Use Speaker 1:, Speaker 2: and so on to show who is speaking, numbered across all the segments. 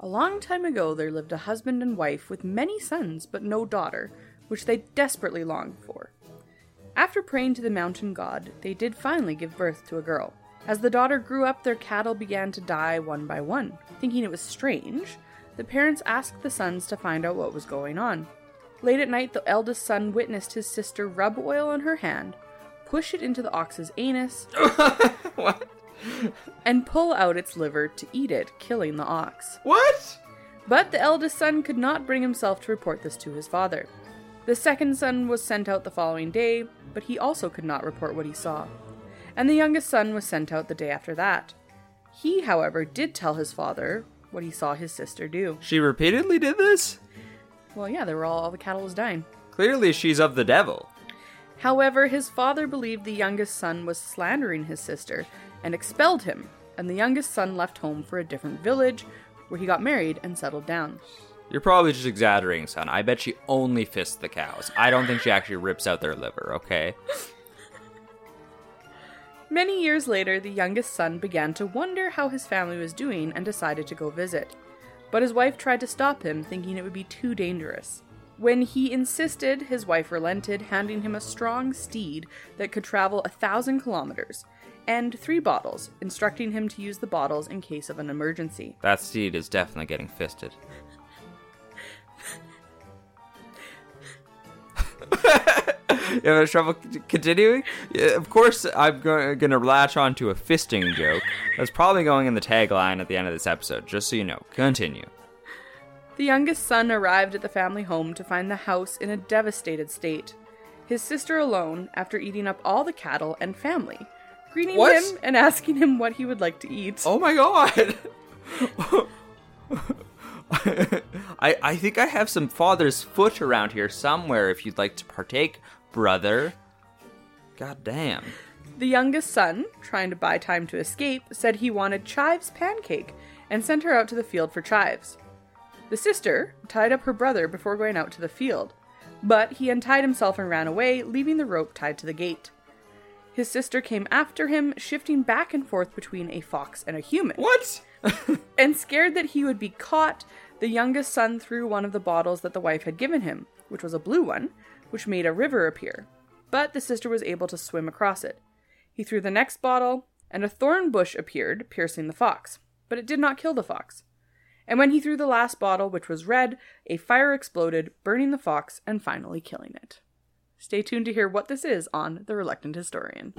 Speaker 1: A long time ago, there lived a husband and wife with many sons but no daughter, which they desperately longed for. After praying to the mountain god, they did finally give birth to a girl. As the daughter grew up, their cattle began to die one by one. Thinking it was strange, the parents asked the sons to find out what was going on. Late at night, the eldest son witnessed his sister rub oil on her hand, push it into the ox's anus,
Speaker 2: what?
Speaker 1: and pull out its liver to eat it, killing the ox.
Speaker 2: What?
Speaker 1: But the eldest son could not bring himself to report this to his father. The second son was sent out the following day, but he also could not report what he saw. And the youngest son was sent out the day after that. He, however, did tell his father what he saw his sister do.
Speaker 2: She repeatedly did this?
Speaker 1: Well, yeah, they were all, all the cattle was dying.
Speaker 2: Clearly, she's of the devil.
Speaker 1: However, his father believed the youngest son was slandering his sister and expelled him, and the youngest son left home for a different village where he got married and settled down.
Speaker 2: You're probably just exaggerating, son. I bet she only fists the cows. I don't think she actually rips out their liver, okay?
Speaker 1: Many years later, the youngest son began to wonder how his family was doing and decided to go visit. But his wife tried to stop him, thinking it would be too dangerous. When he insisted, his wife relented, handing him a strong steed that could travel a thousand kilometers and three bottles, instructing him to use the bottles in case of an emergency.
Speaker 2: That seed is definitely getting fisted. you having trouble c- continuing? Yeah, of course, I'm go- gonna latch on to a fisting joke. That's probably going in the tagline at the end of this episode, just so you know. Continue.
Speaker 1: The youngest son arrived at the family home to find the house in a devastated state. His sister alone, after eating up all the cattle and family, greeting
Speaker 2: What?
Speaker 1: him and asking him what he would like to eat.
Speaker 2: Oh my god! I I think I have some father's foot around here somewhere. If you'd like to partake, brother. God damn.
Speaker 1: The youngest son, trying to buy time to escape, said he wanted Chives' pancake and sent her out to the field for Chives. The sister tied up her brother before going out to the field, but he untied himself and ran away, leaving the rope tied to the gate. His sister came after him, shifting back and forth between a fox and a human.
Speaker 2: What?
Speaker 1: And scared that he would be caught, the youngest son threw one of the bottles that the wife had given him, which was a blue one, which made a river appear. But the sister was able to swim across it. He threw the next bottle, and a thorn bush appeared, piercing the fox. But it did not kill the fox. And when he threw the last bottle, which was red, a fire exploded, burning the fox and finally killing it. Stay tuned to hear what this is on The Reluctant Historian.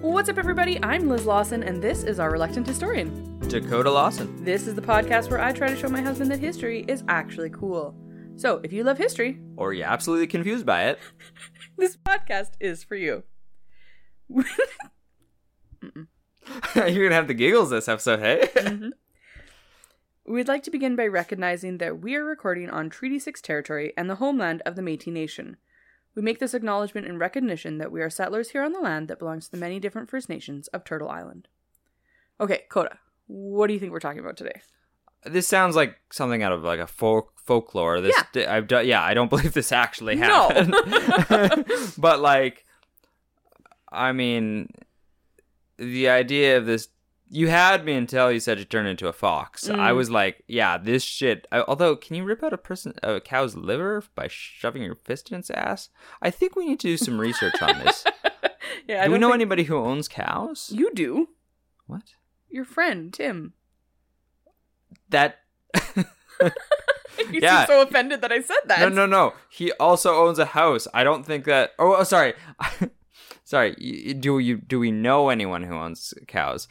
Speaker 1: What's up, everybody? I'm Liz Lawson, and this is Our Reluctant Historian.
Speaker 2: Dakota Lawson.
Speaker 1: This is the podcast where I try to show my husband that history is actually cool. So, if you love history,
Speaker 2: Or you absolutely confused by it.
Speaker 1: this podcast is for you.
Speaker 2: You're gonna have the giggles this episode, hey?
Speaker 1: We'd like to begin by recognizing that we are recording on Treaty 6 territory and the homeland of the Metis Nation. We make this acknowledgement in recognition that we are settlers here on the land that belongs to the many different First Nations of Turtle Island. Okay, Coda, what do you think we're talking about today?
Speaker 2: this sounds like something out of like a folk folklore. This I've done. Yeah, I don't believe this actually
Speaker 1: No.
Speaker 2: happened. but like, I mean, the idea of this. You had me until you said you turned into a fox. I
Speaker 1: Mm.
Speaker 2: was like, yeah, this shit. I, although, can you rip out a person, a cow's liver by shoving your fist in its ass? I think we need to do some research on this.
Speaker 1: Yeah,
Speaker 2: do we
Speaker 1: don't
Speaker 2: know
Speaker 1: think-
Speaker 2: anybody who owns cows?
Speaker 1: You do.
Speaker 2: what?
Speaker 1: Your friend, Tim.
Speaker 2: That
Speaker 1: You
Speaker 2: Yeah.
Speaker 1: seem so offended that I said that.
Speaker 2: No, no, no. He also owns a house. I don't think that. Oh, oh, sorry. sorry, y- y- do you do we know anyone who owns cows?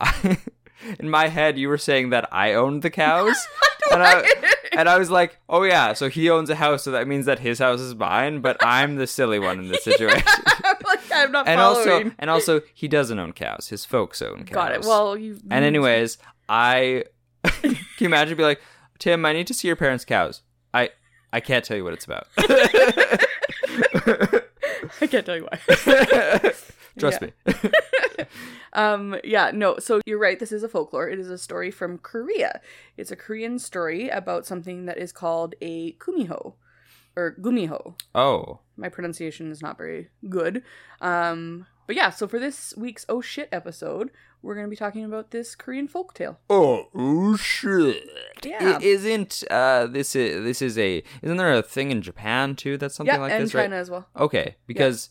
Speaker 2: in my head, you were saying that I owned the cows, and I and I was like, oh yeah, so he owns a house, so that means that his house is mine, but I'm the silly one in this situation.
Speaker 1: I'm like, I'm not
Speaker 2: and
Speaker 1: following.
Speaker 2: also, and also, he doesn't own cows. His folks own cows.
Speaker 1: Got it. Well, mm. you.
Speaker 2: And anyways, I can you imagine be like, Tim, I need to see your parents' cows. I I can't tell you what it's about.
Speaker 1: I can't tell you why.
Speaker 2: Trust me.
Speaker 1: Um, yeah, no. So you're right. This is a folklore. It is a story from Korea. It's a Korean story about something that is called a kumiho, or gumiho.
Speaker 2: Oh,
Speaker 1: My pronunciation is not very good. Um, but yeah. So for this week's oh shit episode, we're gonna be talking about this Korean folktale.
Speaker 2: oh, oh shit!
Speaker 1: Yeah.
Speaker 2: I- isn't uh this is this is a isn't there a thing in Japan too that's something
Speaker 1: yeah,
Speaker 2: like
Speaker 1: and
Speaker 2: this
Speaker 1: China
Speaker 2: right?
Speaker 1: as well.
Speaker 2: Okay, because.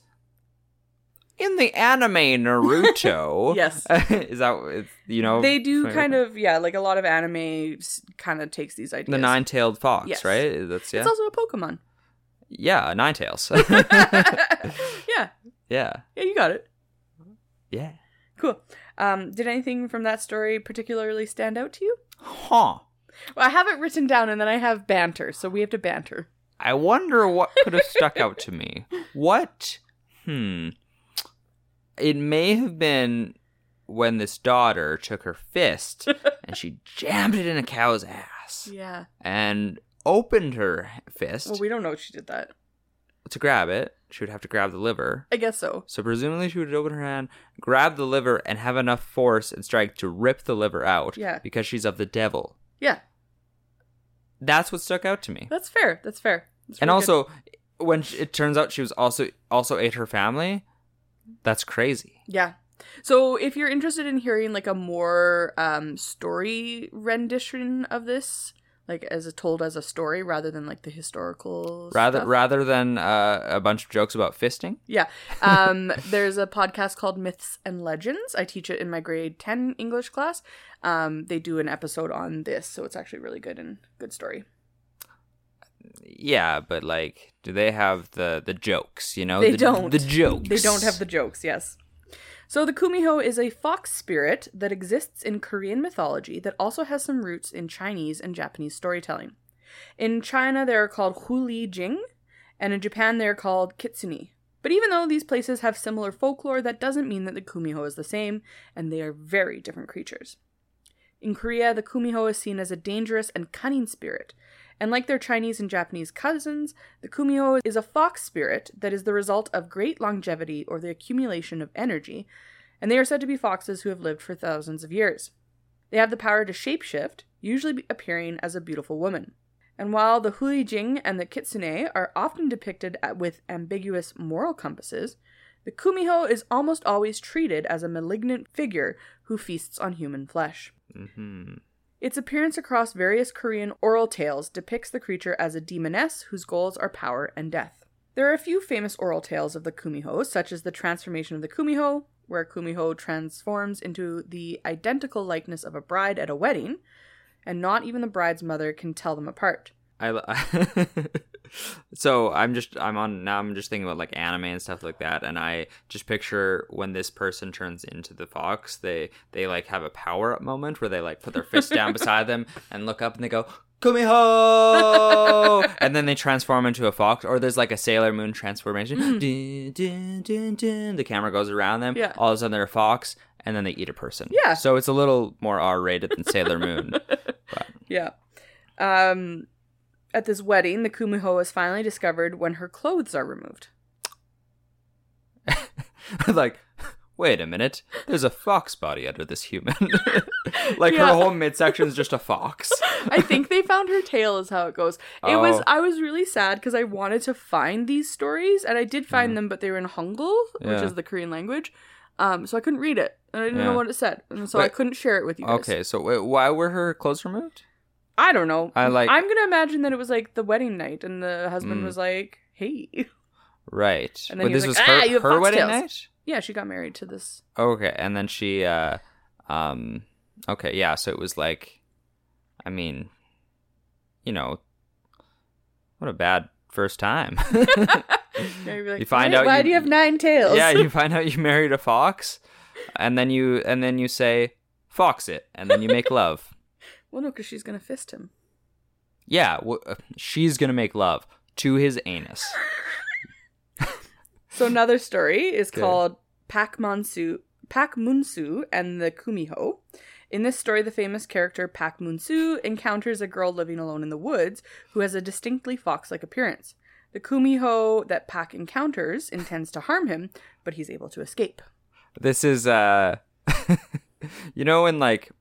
Speaker 2: In the anime Naruto,
Speaker 1: Yes.
Speaker 2: is that it's, you know
Speaker 1: they do
Speaker 2: familiar
Speaker 1: kind
Speaker 2: with?
Speaker 1: of yeah, like a lot of anime kind of takes these ideas.
Speaker 2: the nine-tailed fox,
Speaker 1: Yes.
Speaker 2: right? That's yeah,
Speaker 1: It's also a Pokemon.
Speaker 2: yeah, nine tails.
Speaker 1: yeah,
Speaker 2: yeah,
Speaker 1: yeah, you got it.
Speaker 2: yeah.
Speaker 1: Cool. Um, did anything from that story particularly stand out to you?
Speaker 2: Huh.
Speaker 1: Well, I have it written down, and then I have banter, so we have to banter.
Speaker 2: I wonder what could have stuck out to me. What? Hmm. It may have been when this daughter took her fist and she jammed it in a cow's ass
Speaker 1: Yeah.
Speaker 2: and opened her fist
Speaker 1: Well, we don't know if she did that.
Speaker 2: to grab it. She would have to grab the liver.
Speaker 1: I guess so.
Speaker 2: So presumably she would open her hand, grab the liver, and have enough force and strength to rip the liver out
Speaker 1: Yeah.
Speaker 2: because she's of the devil.
Speaker 1: Yeah,
Speaker 2: That's what stuck out to me.
Speaker 1: that's fair. That's fair. That's
Speaker 2: and
Speaker 1: really
Speaker 2: also when sh it turns out she was also also ate her family that's crazy
Speaker 1: good. yeah. So, if you're interested in hearing like a more um, story rendition of this, like as a, told as a story rather than like the historical,
Speaker 2: rather
Speaker 1: stuff,
Speaker 2: rather than uh, a bunch of jokes about fisting
Speaker 1: Yeah. Um, there's a podcast called Myths and Legends. I teach it in my grade 10 English class. Um, they do an episode on this, so it's actually really good and good story.
Speaker 2: yeah but like do they have the the jokes you know
Speaker 1: they
Speaker 2: the,
Speaker 1: don't.
Speaker 2: the jokes
Speaker 1: They don't have the jokes, yes. So the Kumiho is a fox spirit that exists in Korean mythology that also has some roots in Chinese and Japanese storytelling. In China, they are called Huli Jing, and in Japan, they are called Kitsune. But even though these places have similar folklore, that doesn't mean that the Kumiho is the same, and they are very different creatures. In Korea, the Kumiho is seen as a dangerous and cunning spirit. And like their Chinese and Japanese cousins, the Kumiho is a fox spirit that is the result of great longevity or the accumulation of energy, and they are said to be foxes who have lived for thousands of years. They have the power to shapeshift, usually be- appearing as a beautiful woman. And while the Huijing and the Kitsune are often depicted at- with ambiguous moral compasses, the Kumiho is almost always treated as a malignant figure who feasts on human flesh.
Speaker 2: hmm
Speaker 1: Its appearance across various Korean oral tales depicts the creature as a demoness whose goals are power and death. There are a few famous oral tales of the Kumiho, such as the transformation of the Kumiho, where Kumiho transforms into the identical likeness of a bride at a wedding, and not even the bride's mother can tell them apart.
Speaker 2: I, lo- so i'm just i'm on now i'm just thinking about like anime and stuff like that and i just picture when this person turns into the fox they they like have a power up moment where they like put their fist down beside them and look up and they go kumiho and then they transform into a fox or there's like a sailor moon transformation dun, dun, dun, dun. the camera goes around them
Speaker 1: Mm-hmm. Yeah.
Speaker 2: all of a sudden they're a fox and then they eat a person
Speaker 1: Yeah.
Speaker 2: so it's a little more r-rated than sailor moon
Speaker 1: Yeah. Um, at this wedding, the Kumiho is finally discovered when her clothes are removed.
Speaker 2: like, wait a minute, there's a fox body under this human. like
Speaker 1: Yeah.
Speaker 2: her whole midsection's just a fox.
Speaker 1: I think they found her tail is how it goes. It was
Speaker 2: Oh.
Speaker 1: I was really sad because I wanted to find these stories and I did find them, but they were in Hangul, which
Speaker 2: Mm. Yeah.
Speaker 1: is the Korean language. Um, so I couldn't read it and I didn't know
Speaker 2: Yeah.
Speaker 1: what it said, and so I
Speaker 2: But-
Speaker 1: couldn't share it with you. Guys.
Speaker 2: Okay, so wait, why were her clothes removed?
Speaker 1: I don't know.
Speaker 2: I like-
Speaker 1: I'm gonna imagine that it was like the wedding night, and the husband
Speaker 2: Mm.
Speaker 1: was like, "Hey,
Speaker 2: Right.
Speaker 1: And then
Speaker 2: but
Speaker 1: he was
Speaker 2: this was
Speaker 1: like,
Speaker 2: her,
Speaker 1: "Ah, you have
Speaker 2: her wedding
Speaker 1: foxtails."
Speaker 2: night?
Speaker 1: yeah, she got married to this."
Speaker 2: Okay, and then she, uh, um, okay, yeah, so it was like, I mean, you know, what a bad first time.
Speaker 1: Now you'd be like,
Speaker 2: You find
Speaker 1: "Wait,
Speaker 2: out
Speaker 1: why
Speaker 2: you-
Speaker 1: do you have nine tails?
Speaker 2: yeah, you find out you married a fox, and then you and then you say fox it, and then you make love.
Speaker 1: well, no, because she's gonna fist him.
Speaker 2: Yeah, w- uh, she's gonna make love to his anus.
Speaker 1: So another story is
Speaker 2: Okay.
Speaker 1: called Pak Monsu, Pak Munsu and the Kumiho. In this story, the famous character Pak Munsu encounters a girl living alone in the woods who has a distinctly fox-like appearance. The Kumiho that Pak encounters intends to harm him, but he's able to escape.
Speaker 2: This is uh, you know, in like,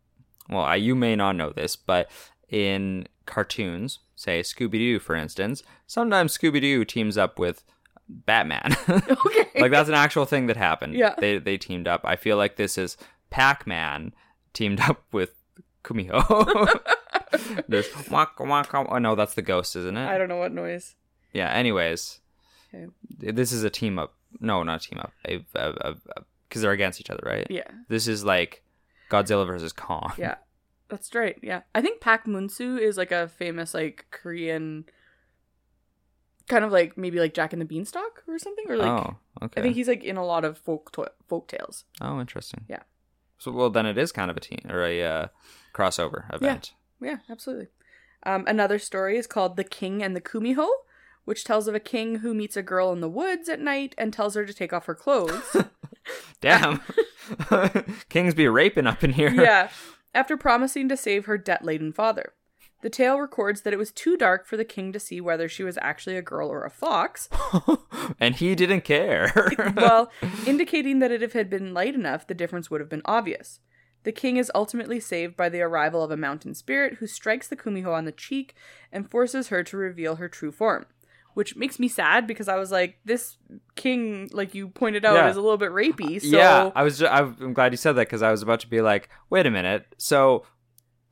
Speaker 2: well, I, you may not know this, but in cartoons, say Scooby Doo, for instance, sometimes Scooby Doo teams up with Batman.
Speaker 1: Okay.
Speaker 2: like that's an actual thing that happened.
Speaker 1: Yeah.
Speaker 2: They they teamed up. I feel like this is Pac-Man teamed up with Kumiho. There's wonk wonk. wonk. Oh no, that's the ghost, isn't it?
Speaker 1: I don't know what noise.
Speaker 2: Yeah. Anyways,
Speaker 1: Okay.
Speaker 2: this is a team up. No, not a team up. A because they're against each other, right?
Speaker 1: Yeah.
Speaker 2: This is like Godzilla versus Kong.
Speaker 1: Yeah. That's right. Yeah. I think Pak Munsu is like a famous like Korean kind of like maybe like Jack and the Beanstalk or something or like
Speaker 2: oh, okay.
Speaker 1: I think he's like in a lot of folk to- folk tales.
Speaker 2: oh, interesting.
Speaker 1: Yeah.
Speaker 2: So well, then it is kind of a team or a uh, crossover event.
Speaker 1: Yeah, absolutely. Um, another story is called "The King and the Kumiho," which tells of a king who meets a girl in the woods at night and tells her to take off her clothes.
Speaker 2: Damn. Kings be raping up in here.
Speaker 1: yeah, after promising to save her debt-laden father. The tale records that it was too dark for the king to see whether she was actually a girl or a fox,
Speaker 2: and he didn't care.
Speaker 1: well, indicating that if it had been light enough, the difference would have been obvious. The king is ultimately saved by the arrival of a mountain spirit who strikes the Kumiho on the cheek and forces her to reveal her true form. Which makes me sad because I was like, this king, like you pointed out,
Speaker 2: Yeah. Uh,
Speaker 1: is a little bit rapey. So
Speaker 2: yeah, I was. Ju- I'm glad you said that because I was about to be like, wait a minute. So,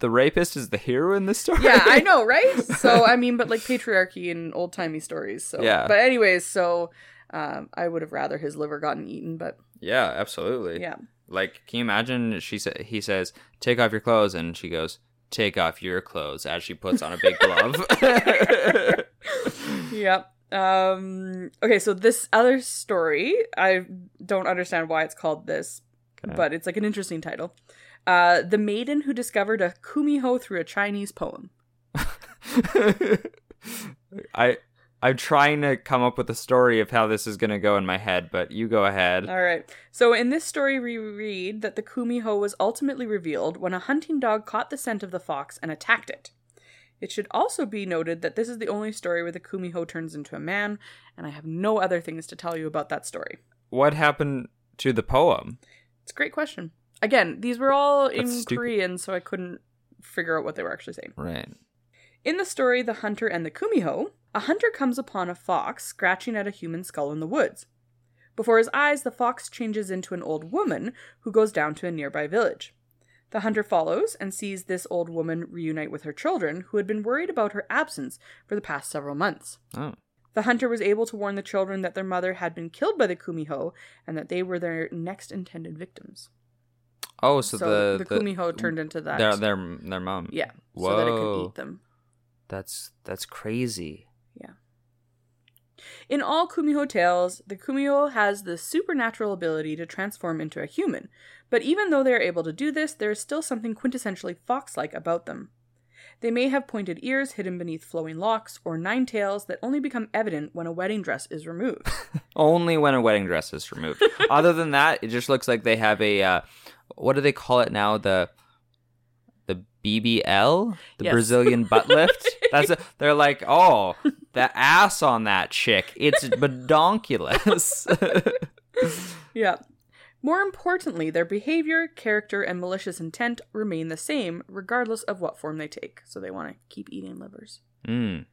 Speaker 2: the rapist is the hero in this story.
Speaker 1: yeah, I know, right? So I mean, but like patriarchy and old timey stories. So
Speaker 2: Yeah.
Speaker 1: But anyways, so um, I would have rather his liver gotten eaten, but
Speaker 2: Yeah, absolutely.
Speaker 1: yeah,
Speaker 2: Like, can you imagine? She sa- he says, "Take off your clothes," and she goes, "Take off your clothes," as she puts on a big glove.
Speaker 1: Yep. Um okay, so this other story, I don't understand why it's called this,
Speaker 2: Okay.
Speaker 1: but it's like an interesting title. Uh The Maiden Who Discovered a Kumiho Through a Chinese Poem.
Speaker 2: I. I'm trying to come up with a story of how this is going to go in my head, but you go ahead.
Speaker 1: All right. So in this story we read that the Kumiho was ultimately revealed when a hunting dog caught the scent of the fox and attacked it. It should also be noted that this is the only story where the Kumiho turns into a man, and I have no other things to tell you about that story.
Speaker 2: What happened to the poem?
Speaker 1: It's a great question. Again, these were all in
Speaker 2: That's stupid.
Speaker 1: Korean, so I couldn't figure out what they were actually saying.
Speaker 2: Right.
Speaker 1: In the story, The Hunter and the Kumiho, a hunter comes upon a fox scratching at a human skull in the woods. Before his eyes, the fox changes into an old woman who goes down to a nearby village. The hunter follows and sees this old woman reunite with her children, who had been worried about her absence for the past several months.
Speaker 2: Oh.
Speaker 1: The hunter was able to warn the children that their mother had been killed by the Kumiho and that they were their next intended victims.
Speaker 2: Oh, so,
Speaker 1: So the
Speaker 2: the,
Speaker 1: Kumiho turned into that.
Speaker 2: Their their their mom.
Speaker 1: Yeah.
Speaker 2: Whoa.
Speaker 1: So that it could eat them.
Speaker 2: That's that's crazy.
Speaker 1: Yeah. In all Kumiho tales, the Kumiho has the supernatural ability to transform into a human, but even though they are able to do this, there is still something quintessentially fox like about them. They may have pointed ears hidden beneath flowing locks or nine tails that only become evident when a wedding dress is removed.
Speaker 2: Only when a wedding dress is removed. Other than that, it just looks like they have a uh, what do they call it now? The the BBL, the
Speaker 1: Yes.
Speaker 2: Brazilian butt lift. That's a, they're like, oh, the ass on that chick. It's bedonkulous.
Speaker 1: Yeah. More importantly, their behavior, character, and malicious intent remain the same, regardless of what form they take. So they want to keep eating livers.
Speaker 2: mm.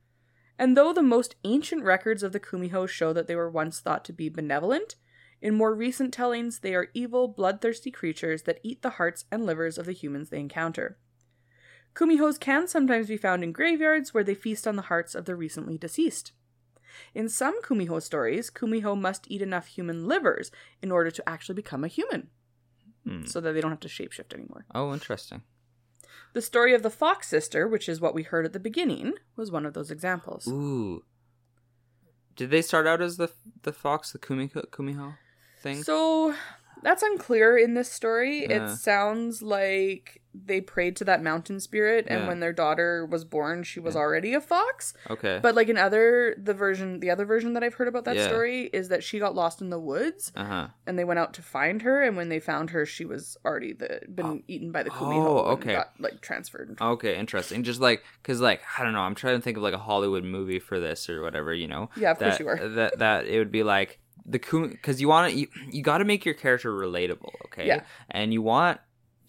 Speaker 1: And though the most ancient records of the Kumiho show that they were once thought to be benevolent, in more recent tellings they are evil, bloodthirsty creatures that eat the hearts and livers of the humans they encounter. Kumihos can sometimes be found in graveyards where they feast on the hearts of the recently deceased. In some Kumiho stories, Kumiho must eat enough human livers in order to actually become a human,
Speaker 2: Hmm.
Speaker 1: so that they don't have to shapeshift anymore.
Speaker 2: Oh, interesting.
Speaker 1: The story of the Fox Sister, which is what we heard at the beginning, was one of those examples.
Speaker 2: Ooh. Did they start out as the the fox, the Kumiko, Kumiho thing?
Speaker 1: So that's unclear in this story.
Speaker 2: Yeah.
Speaker 1: It sounds like they prayed to that mountain spirit, and
Speaker 2: Yeah.
Speaker 1: when their daughter was born, she was already a fox.
Speaker 2: okay.
Speaker 1: But like in other the version, the other version that I've heard about that
Speaker 2: Yeah.
Speaker 1: story is that she got lost in the woods,
Speaker 2: uh huh.
Speaker 1: and they went out to find her, and when they found her, she was already the been eaten by the kumiho.
Speaker 2: Oh,
Speaker 1: and
Speaker 2: okay.
Speaker 1: Got, like transferred. and
Speaker 2: Okay, interesting. Just like, cause like I don't know. I'm trying to think of like a Hollywood movie for this or whatever. You know.
Speaker 1: Yeah, of course
Speaker 2: that,
Speaker 1: you are.
Speaker 2: That that it would be like the coon because you want to you, you got to make your character relatable, okay?
Speaker 1: Yeah.
Speaker 2: And you want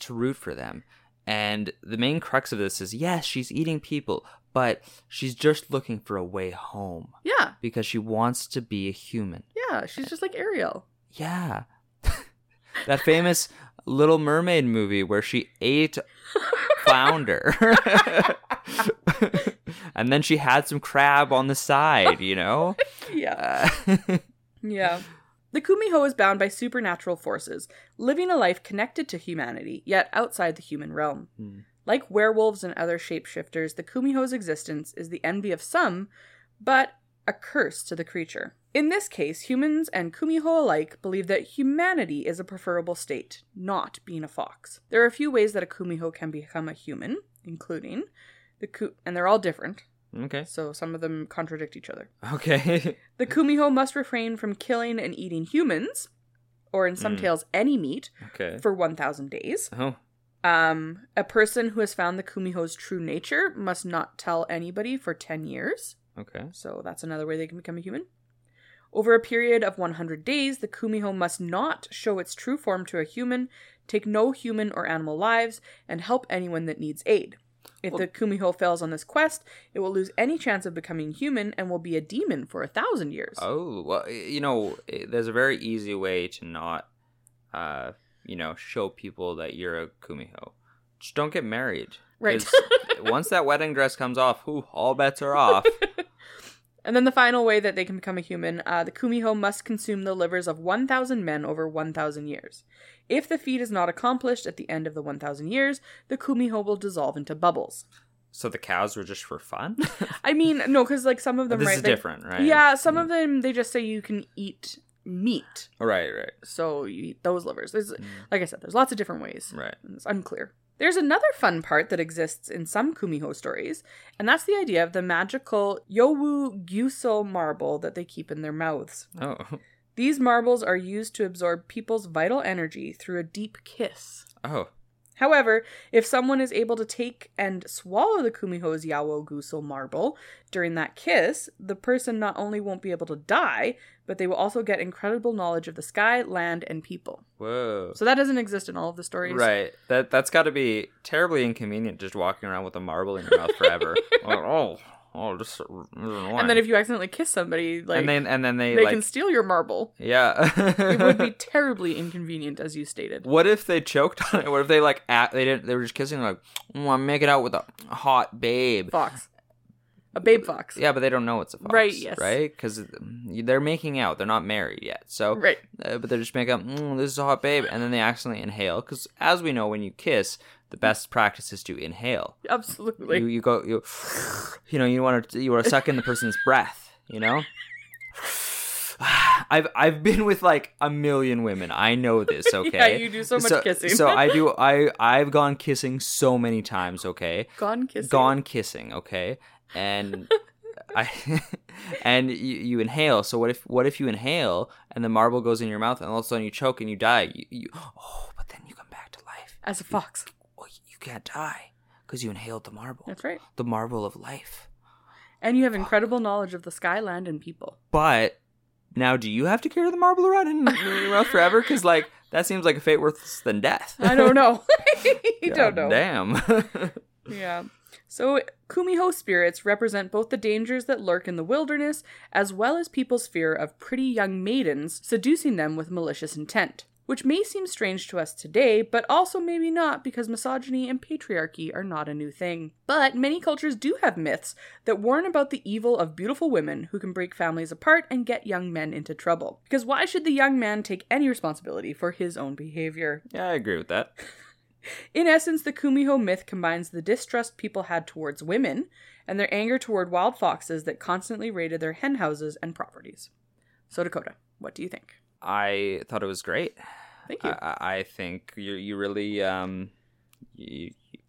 Speaker 2: to root for them. And the main crux of this is yes, she's eating people, but she's just looking for a way home
Speaker 1: Yeah,
Speaker 2: because she wants to be a human.
Speaker 1: yeah. She's just like Ariel.
Speaker 2: Yeah. that famous Little Mermaid movie where she ate flounder. and then she had some crab on the side, you know?
Speaker 1: Yeah.
Speaker 2: Uh,
Speaker 1: Yeah. The Kumiho is bound by supernatural forces, living a life connected to humanity, yet outside the human realm.
Speaker 2: Hmm.
Speaker 1: Like werewolves and other shapeshifters, the Kumiho's existence is the envy of some, but a curse to the creature. In this case, humans and Kumiho alike believe that humanity is a preferable state, not being a fox. There are a few ways that a Kumiho can become a human, including the Ku- and they're all different,
Speaker 2: okay.
Speaker 1: so some of them contradict each other.
Speaker 2: Okay.
Speaker 1: The Kumiho must refrain from killing and eating humans, or in some
Speaker 2: Mm.
Speaker 1: tales, any meat,
Speaker 2: okay.
Speaker 1: for 1,000 days.
Speaker 2: Oh.
Speaker 1: Um, a person who has found the Kumiho's true nature must not tell anybody for 10 years.
Speaker 2: Okay.
Speaker 1: So that's another way they can become a human. Over a period of 100 days, the Kumiho must not show its true form to a human, take no human or animal lives, and help anyone that needs aid. If the Kumiho fails on this quest, it will lose any chance of becoming human and will be a demon for a thousand years.
Speaker 2: Oh, well, you know, it- there's a very easy way to not, uh, you know, show people that you're a kumiho. Just don't get married.
Speaker 1: Right.
Speaker 2: 'Cause once that wedding dress comes off, whew, all bets are off.
Speaker 1: And then the final way that they can become a human, uh, the Kumiho must consume the livers of 1,000 men over 1,000 years. If the feat is not accomplished at the end of the 1,000 years, the Kumiho will dissolve into bubbles.
Speaker 2: So the cows were just for fun?
Speaker 1: I mean, no, because like some of them,
Speaker 2: this
Speaker 1: right?
Speaker 2: is
Speaker 1: they-
Speaker 2: different, right? Mm.
Speaker 1: Yeah, some of them they just say you can eat meat,
Speaker 2: Right, right,
Speaker 1: so you eat those livers. There's, like I said, there's lots of different ways.
Speaker 2: Mm. right.
Speaker 1: and It's unclear. There's another fun part that exists in some Kumiho stories, and that's the idea of the magical Yowu Gyuso marble that they keep in their mouths.
Speaker 2: Oh,
Speaker 1: These marbles are used to absorb people's vital energy through a deep kiss.
Speaker 2: oh,
Speaker 1: However, if someone is able to take and swallow the Kumiho's Yawo Gusel marble during that kiss, the person not only won't be able to die, but they will also get incredible knowledge of the sky, land, and people.
Speaker 2: whoa.
Speaker 1: So that doesn't exist in all of the stories.
Speaker 2: Right. That that's got to be terribly inconvenient, just walking around with a marble in your mouth forever. Like, oh, oh, just
Speaker 1: And then if you accidentally kiss somebody, like
Speaker 2: and then and then they,
Speaker 1: they
Speaker 2: like
Speaker 1: can steal your marble.
Speaker 2: yeah.
Speaker 1: It would be terribly inconvenient, as you stated.
Speaker 2: What if they choked on it? What if they like at, they didn't? They were just kissing like, oh, I'm making out with a hot babe.
Speaker 1: Fox. A babe fox.
Speaker 2: Yeah, but they don't know it's a fox,
Speaker 1: Right, yes.
Speaker 2: Right? Because they're making out. They're not married yet. So
Speaker 1: Right.
Speaker 2: uh, but they're just making up, mm, this is a hot babe, and then they accidentally inhale. Because as we know, when you kiss, the best practice is to inhale.
Speaker 1: Absolutely.
Speaker 2: you, you go, you, you know, you want to, you want to suck in the person's breath. You know, I've I've been with like a million women. I know this. Okay,
Speaker 1: you do so much kissing.
Speaker 2: So I do. I I've gone kissing so many times. Okay,
Speaker 1: Gone kissing.
Speaker 2: gone kissing okay and i and you, you inhale so what if what if you inhale and the marble goes in your mouth and all of a sudden you choke and you die you, you oh but then you come back to life
Speaker 1: As a fox.
Speaker 2: well you, you can't die because you inhaled the marble
Speaker 1: That's right.
Speaker 2: the marble of life
Speaker 1: And you have incredible knowledge of the sky, land, and people.
Speaker 2: but now do you have to carry the marble around in, in your mouth forever because like that seems like a fate worse than death
Speaker 1: I don't know. you don't
Speaker 2: God
Speaker 1: know.
Speaker 2: damn
Speaker 1: Yeah. So Kumiho spirits represent both the dangers that lurk in the wilderness as well as people's fear of pretty young maidens seducing them with malicious intent, which may seem strange to us today, but also maybe not because misogyny and patriarchy are not a new thing. But many cultures do have myths that warn about the evil of beautiful women who can break families apart and get young men into trouble. Because why should the young man take any responsibility for his own behavior?
Speaker 2: yeah i agree with that
Speaker 1: In essence, the Kumiho myth combines the distrust people had towards women and their anger toward wild foxes that constantly raided their hen houses and properties. So, Dakota, what do you think?
Speaker 2: I thought it was great.
Speaker 1: Thank you.
Speaker 2: I, I I think you you really um, you, you-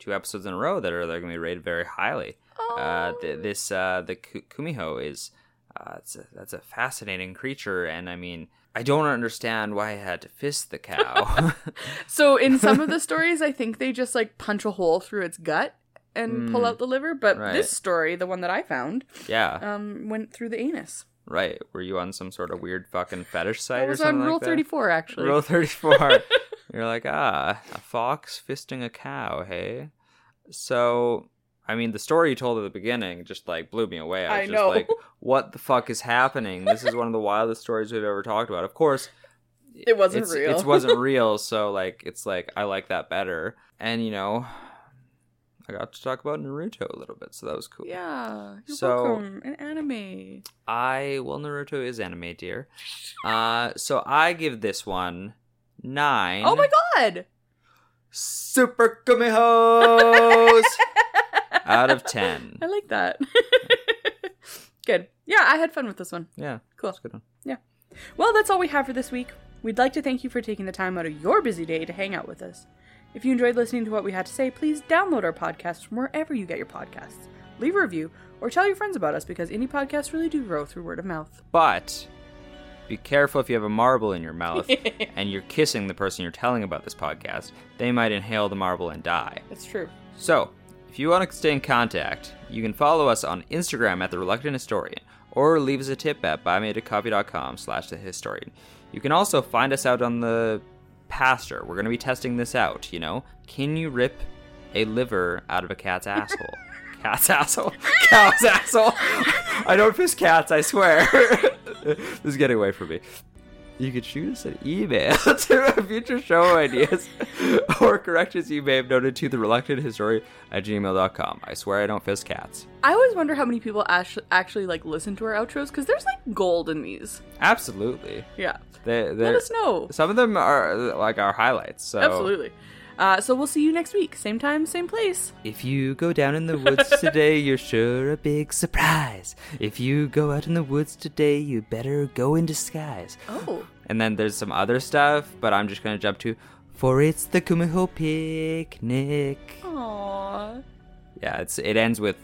Speaker 2: two episodes in a row that are they're gonna be rated very highly.
Speaker 1: Oh.
Speaker 2: Uh, th- this uh, the Ku- Kumiho is uh, it's a, that's a fascinating creature, and I mean I don't understand why I had to fist the cow.
Speaker 1: so, in some of the stories, I think they just like punch a hole through its gut and pull
Speaker 2: Mm,
Speaker 1: out the liver, but
Speaker 2: right.
Speaker 1: this story, the one that I found,
Speaker 2: yeah,
Speaker 1: um, went through the anus.
Speaker 2: right. Were you on some sort of weird fucking fetish site
Speaker 1: It
Speaker 2: or
Speaker 1: was
Speaker 2: something
Speaker 1: on Rule
Speaker 2: like that?
Speaker 1: 34, actually.
Speaker 2: Rule 34. You're like, ah, a fox fisting a cow, hey? So, I mean, the story you told at the beginning just like blew me away. I was
Speaker 1: I
Speaker 2: just
Speaker 1: know.
Speaker 2: like, what the fuck is happening? This is one of the wildest stories we've ever talked about. Of course,
Speaker 1: It wasn't
Speaker 2: it's,
Speaker 1: real.
Speaker 2: It wasn't real, so like, it's like, I like that better. And, you know, I got to talk about Naruto a little bit, so that was cool.
Speaker 1: Yeah, you're
Speaker 2: So-
Speaker 1: welcome. An anime.
Speaker 2: I well Naruto is anime, dear. Uh so I give this one nine.
Speaker 1: Oh my god!
Speaker 2: Super Kumihos out of 10.
Speaker 1: I like that. good. Yeah, I had fun with this one.
Speaker 2: Yeah,
Speaker 1: Cool.
Speaker 2: that's a good one.
Speaker 1: Well, that's all we have for this week. We'd like to thank you for taking the time out of your busy day to hang out with us. If you enjoyed listening to what we had to say, please download our podcast from wherever you get your podcasts. Leave a review or tell your friends about us because indie podcasts really do grow through word of mouth.
Speaker 2: But be careful if you have a marble in your mouth and you're kissing the person you're telling about this podcast. They might inhale the marble and die.
Speaker 1: That's true.
Speaker 2: So, if you want to stay in contact, you can follow us on Instagram at The Reluctant Historian or leave us a tip at buymeadecoffee.com slash The Historian. You can also find us out on the pasture. We're going to be testing this out, you know. Can you rip a liver out of a cat's asshole? cat's asshole? Cow's asshole? I don't fist cats, I swear. this is getting away from me. You could shoot us an email to future show ideas or corrections you may have noted to the reluctant historian at gmail.com. I swear I don't fist cats.
Speaker 1: I always wonder how many people ash- actually like listen to our outros because there's like gold in these.
Speaker 2: Absolutely.
Speaker 1: Yeah.
Speaker 2: They,
Speaker 1: Let
Speaker 2: they're,
Speaker 1: us know.
Speaker 2: some of them are like our highlights. So
Speaker 1: Absolutely. Uh, so we'll see you next week. Same time, same place.
Speaker 2: If you go down in the woods today, you're sure a big surprise. If you go out in the woods today, you better go in disguise.
Speaker 1: Oh.
Speaker 2: And then there's some other stuff, but I'm just going to jump to for it's the Kumiho picnic.
Speaker 1: Aww.
Speaker 2: Yeah, it's it ends with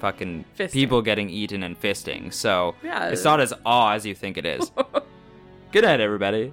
Speaker 2: fucking
Speaker 1: Fisting.
Speaker 2: people getting eaten and fisting. So
Speaker 1: Yeah. uh,
Speaker 2: it's not as awe as you think it is. Good night, everybody.